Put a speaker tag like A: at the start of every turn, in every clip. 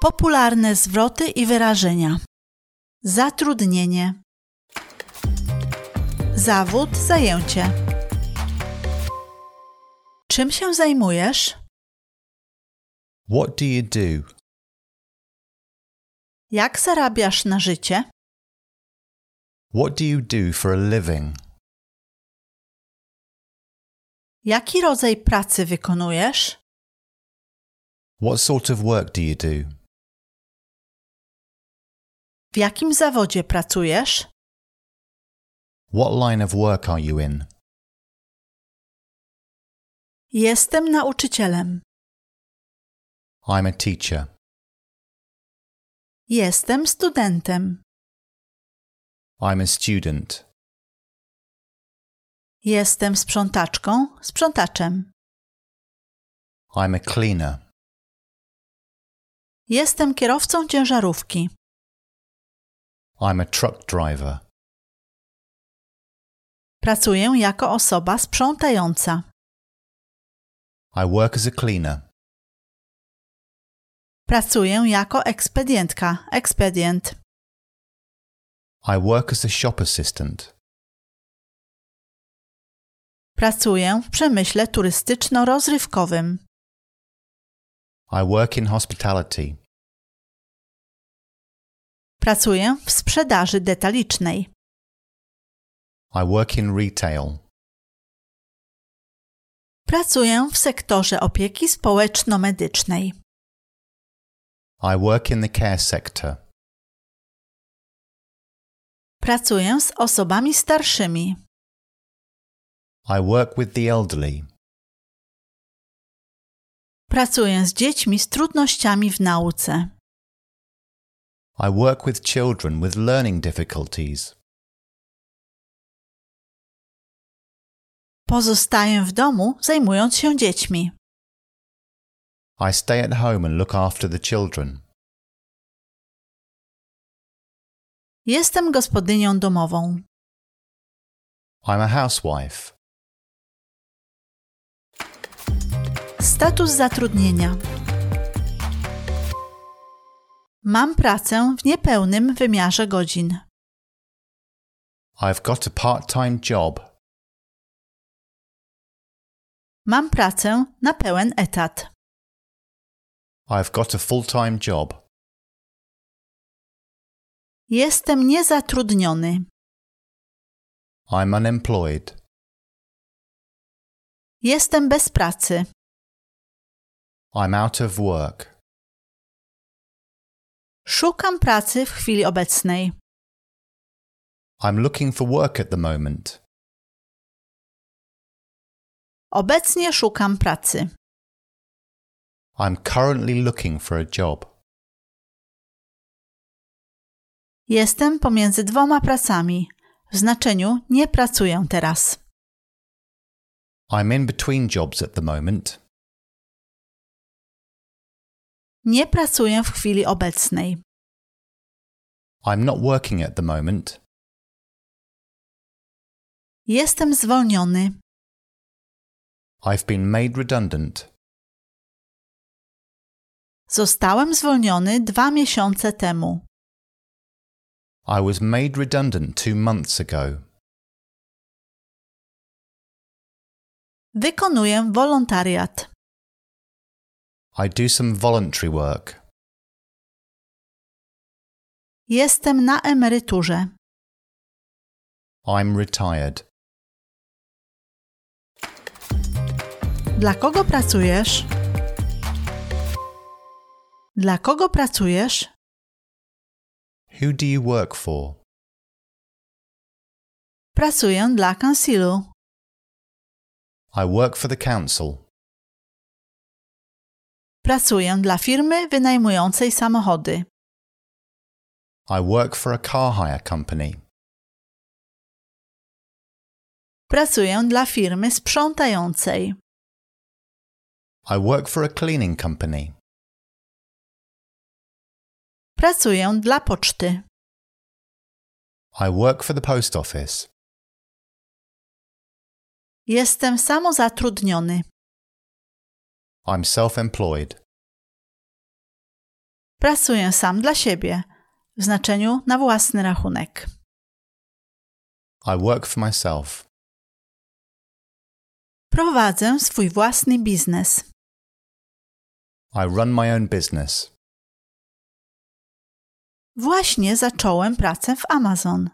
A: Popularne zwroty i wyrażenia. Zatrudnienie. Zawód, zajęcie. Czym się zajmujesz?
B: What do you do?
A: Jak zarabiasz na życie?
B: What do you do for a living?
A: Jaki rodzaj pracy wykonujesz?
B: What sort of work do you do?
A: W jakim zawodzie pracujesz?
B: What line of work are you in?
A: Jestem nauczycielem.
B: I'm a teacher.
A: Jestem studentem.
B: I'm a student.
A: Jestem sprzątaczką, sprzątaczem.
B: I'm a cleaner.
A: Jestem kierowcą ciężarówki.
B: I'm a truck driver.
A: Pracuję jako osoba sprzątająca.
B: I work as a cleaner.
A: Pracuję jako ekspedientka, ekspedient.
B: I work as a shop assistant.
A: Pracuję w przemyśle turystyczno-rozrywkowym.
B: I work in hospitality.
A: Pracuję w sprzedaży detalicznej.
B: I work in retail.
A: Pracuję w sektorze opieki społeczno-medycznej.
B: I work in the care sector.
A: Pracuję z osobami starszymi.
B: I work with the elderly.
A: Pracuję z dziećmi z trudnościami w nauce.
B: I work with children with learning difficulties.
A: Pozostaję w domu, zajmując się dziećmi.
B: I stay at home and look after the children.
A: Jestem gospodynią domową.
B: I'm a housewife.
A: Status zatrudnienia. Mam pracę w niepełnym wymiarze godzin.
B: I've got a part time job.
A: Mam pracę na pełen etat.
B: I've got a full time job.
A: Jestem niezatrudniony.
B: I'm unemployed.
A: Jestem bez pracy.
B: I'm out of work.
A: Szukam pracy w chwili obecnej.
B: I'm looking for work at the moment.
A: Obecnie szukam pracy.
B: I'm currently looking for a job.
A: Jestem pomiędzy dwoma pracami. W znaczeniu nie pracuję teraz.
B: I'm in between jobs at the moment.
A: Nie pracuję w chwili obecnej.
B: I'm not working at the moment.
A: Jestem zwolniony.
B: I've been made redundant.
A: Zostałem zwolniony dwa miesiące temu.
B: I was made redundant two months ago.
A: Wykonuję wolontariat.
B: I do some voluntary work.
A: Jestem na emeryturze.
B: I'm retired.
A: Dla kogo pracujesz? Dla kogo pracujesz?
B: Who do you work for?
A: Pracuję dla kansilu.
B: I work for the council.
A: Pracuję dla firmy wynajmującej samochody.
B: I work for a car hire company.
A: Pracuję dla firmy sprzątającej.
B: I work for a cleaning company.
A: Pracuję dla poczty.
B: I work for the post office.
A: Jestem samozatrudniony.
B: I'm self employed.
A: Pracuję sam dla siebie, w znaczeniu na własny rachunek.
B: I work for myself.
A: Prowadzę swój własny biznes.
B: I run my own business.
A: Właśnie zacząłem pracę w Amazon.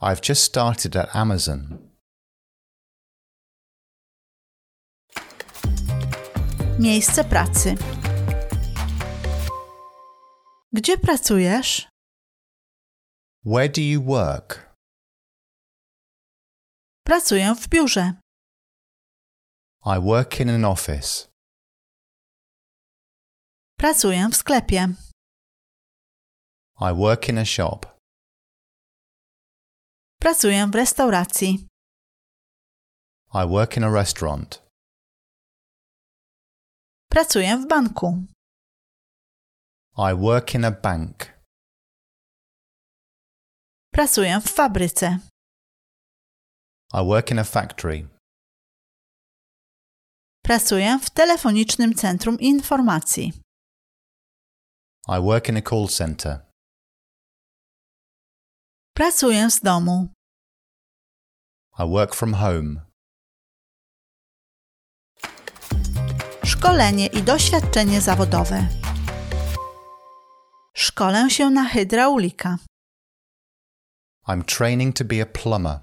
B: I've just started at Amazon.
A: Miejsce pracy. Gdzie pracujesz?
B: Where do you work?
A: Pracuję w biurze.
B: I work in an office.
A: Pracuję w sklepie.
B: I work in a shop.
A: Pracuję w restauracji.
B: I work in a restaurant.
A: Pracuję w banku.
B: I work in a bank.
A: Pracuję w fabryce.
B: I work in a factory.
A: Pracuję w telefonicznym centrum informacji.
B: I work in a call center.
A: Pracuję z domu.
B: I work from home.
A: Szkolenie i doświadczenie zawodowe. Szkolę się na hydraulika.
B: I'm training to be a plumber.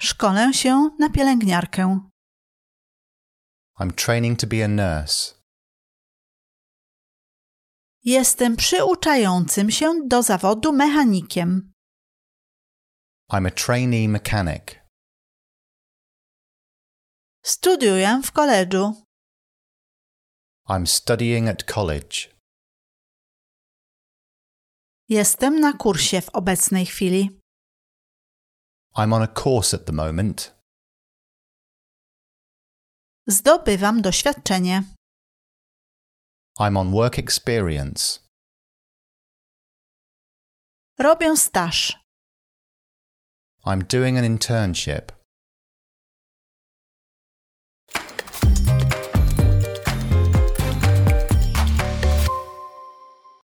A: Szkolę się na pielęgniarkę.
B: I'm training to be a nurse.
A: Jestem przyuczającym się do zawodu mechanikiem.
B: I'm a trainee mechanic.
A: Studiuję w koledżu.
B: I'm studying at college.
A: Jestem na kursie w obecnej chwili.
B: I'm on a course at the moment.
A: Zdobywam doświadczenie.
B: I'm on work experience.
A: Robię staż.
B: I'm doing an internship.